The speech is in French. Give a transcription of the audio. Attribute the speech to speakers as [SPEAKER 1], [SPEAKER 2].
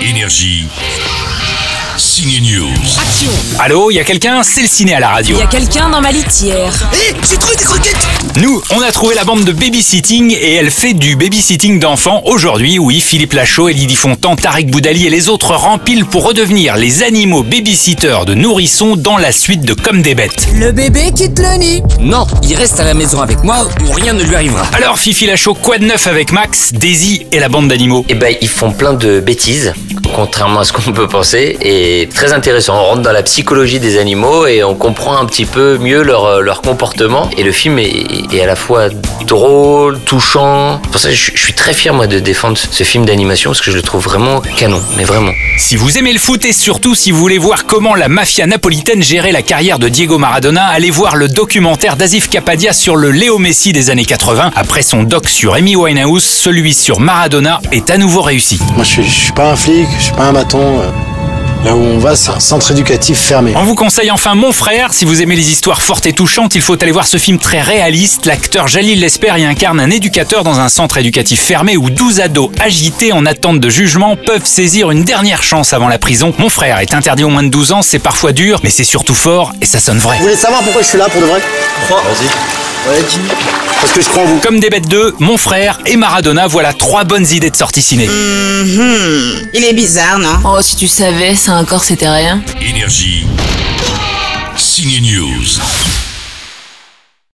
[SPEAKER 1] Énergie. Signe News.
[SPEAKER 2] Allô, y a quelqu'un C'est le ciné à la radio.
[SPEAKER 3] Il y a quelqu'un dans ma litière.
[SPEAKER 2] Nous, on a trouvé la bande de babysitting et elle fait du babysitting d'enfants aujourd'hui. Oui, Philippe Lachaud, Elodie Fontan, Tarek Boudali et les autres rempilent pour redevenir les animaux babysitters de nourrissons dans la suite de Comme des bêtes.
[SPEAKER 3] Le bébé quitte le nid.
[SPEAKER 4] Non, il reste à la maison avec moi ou rien ne lui arrivera.
[SPEAKER 3] Ah.
[SPEAKER 2] Alors, Fifi Lachaud, quoi de neuf avec Max, Daisy et la bande d'animaux
[SPEAKER 4] Eh ben, ils font plein de bêtises, contrairement à ce qu'on peut penser, et très intéressant. On rentre dans la psychologie des animaux et on comprend un petit peu mieux leur, euh, leur comportement. Et le film est, est à la fois drôle, touchant. Pour ça, je, je suis très fier, moi, de défendre ce film d'animation parce que je le trouve vraiment canon, mais vraiment.
[SPEAKER 2] Si vous aimez le foot et surtout si vous voulez voir comment la mafia napolitaine gérait la carrière de Diego Maradona, allez voir le documentaire d'Azif Kapadia sur le Léo Messi des années 80. Après son doc sur Amy Winehouse, celui sur Maradona est à nouveau réussi.
[SPEAKER 5] Moi, je suis, je suis pas un flic, je suis pas un bâton. euh. Là où on va, c'est un centre éducatif fermé.
[SPEAKER 2] On vous conseille enfin Mon Frère. Si vous aimez les histoires fortes et touchantes, il faut aller voir ce film très réaliste. L'acteur Jalil Lesper y incarne un éducateur dans un centre éducatif fermé où 12 ados agités en attente de jugement peuvent saisir une dernière chance avant la prison. Mon Frère est interdit aux moins de 12 ans, c'est parfois dur, mais c'est surtout fort et ça sonne vrai.
[SPEAKER 5] Vous voulez savoir pourquoi je suis là pour de vrai Vas-y. Ouais, dis-nous. Parce que je crois en vous.
[SPEAKER 2] Comme des bêtes 2, Mon Frère et Maradona, voilà trois bonnes idées de sortie ciné.
[SPEAKER 6] Il est bizarre, non
[SPEAKER 7] Oh, si tu savais, c'est un corps, c'était rien.
[SPEAKER 1] Énergie. Signe News.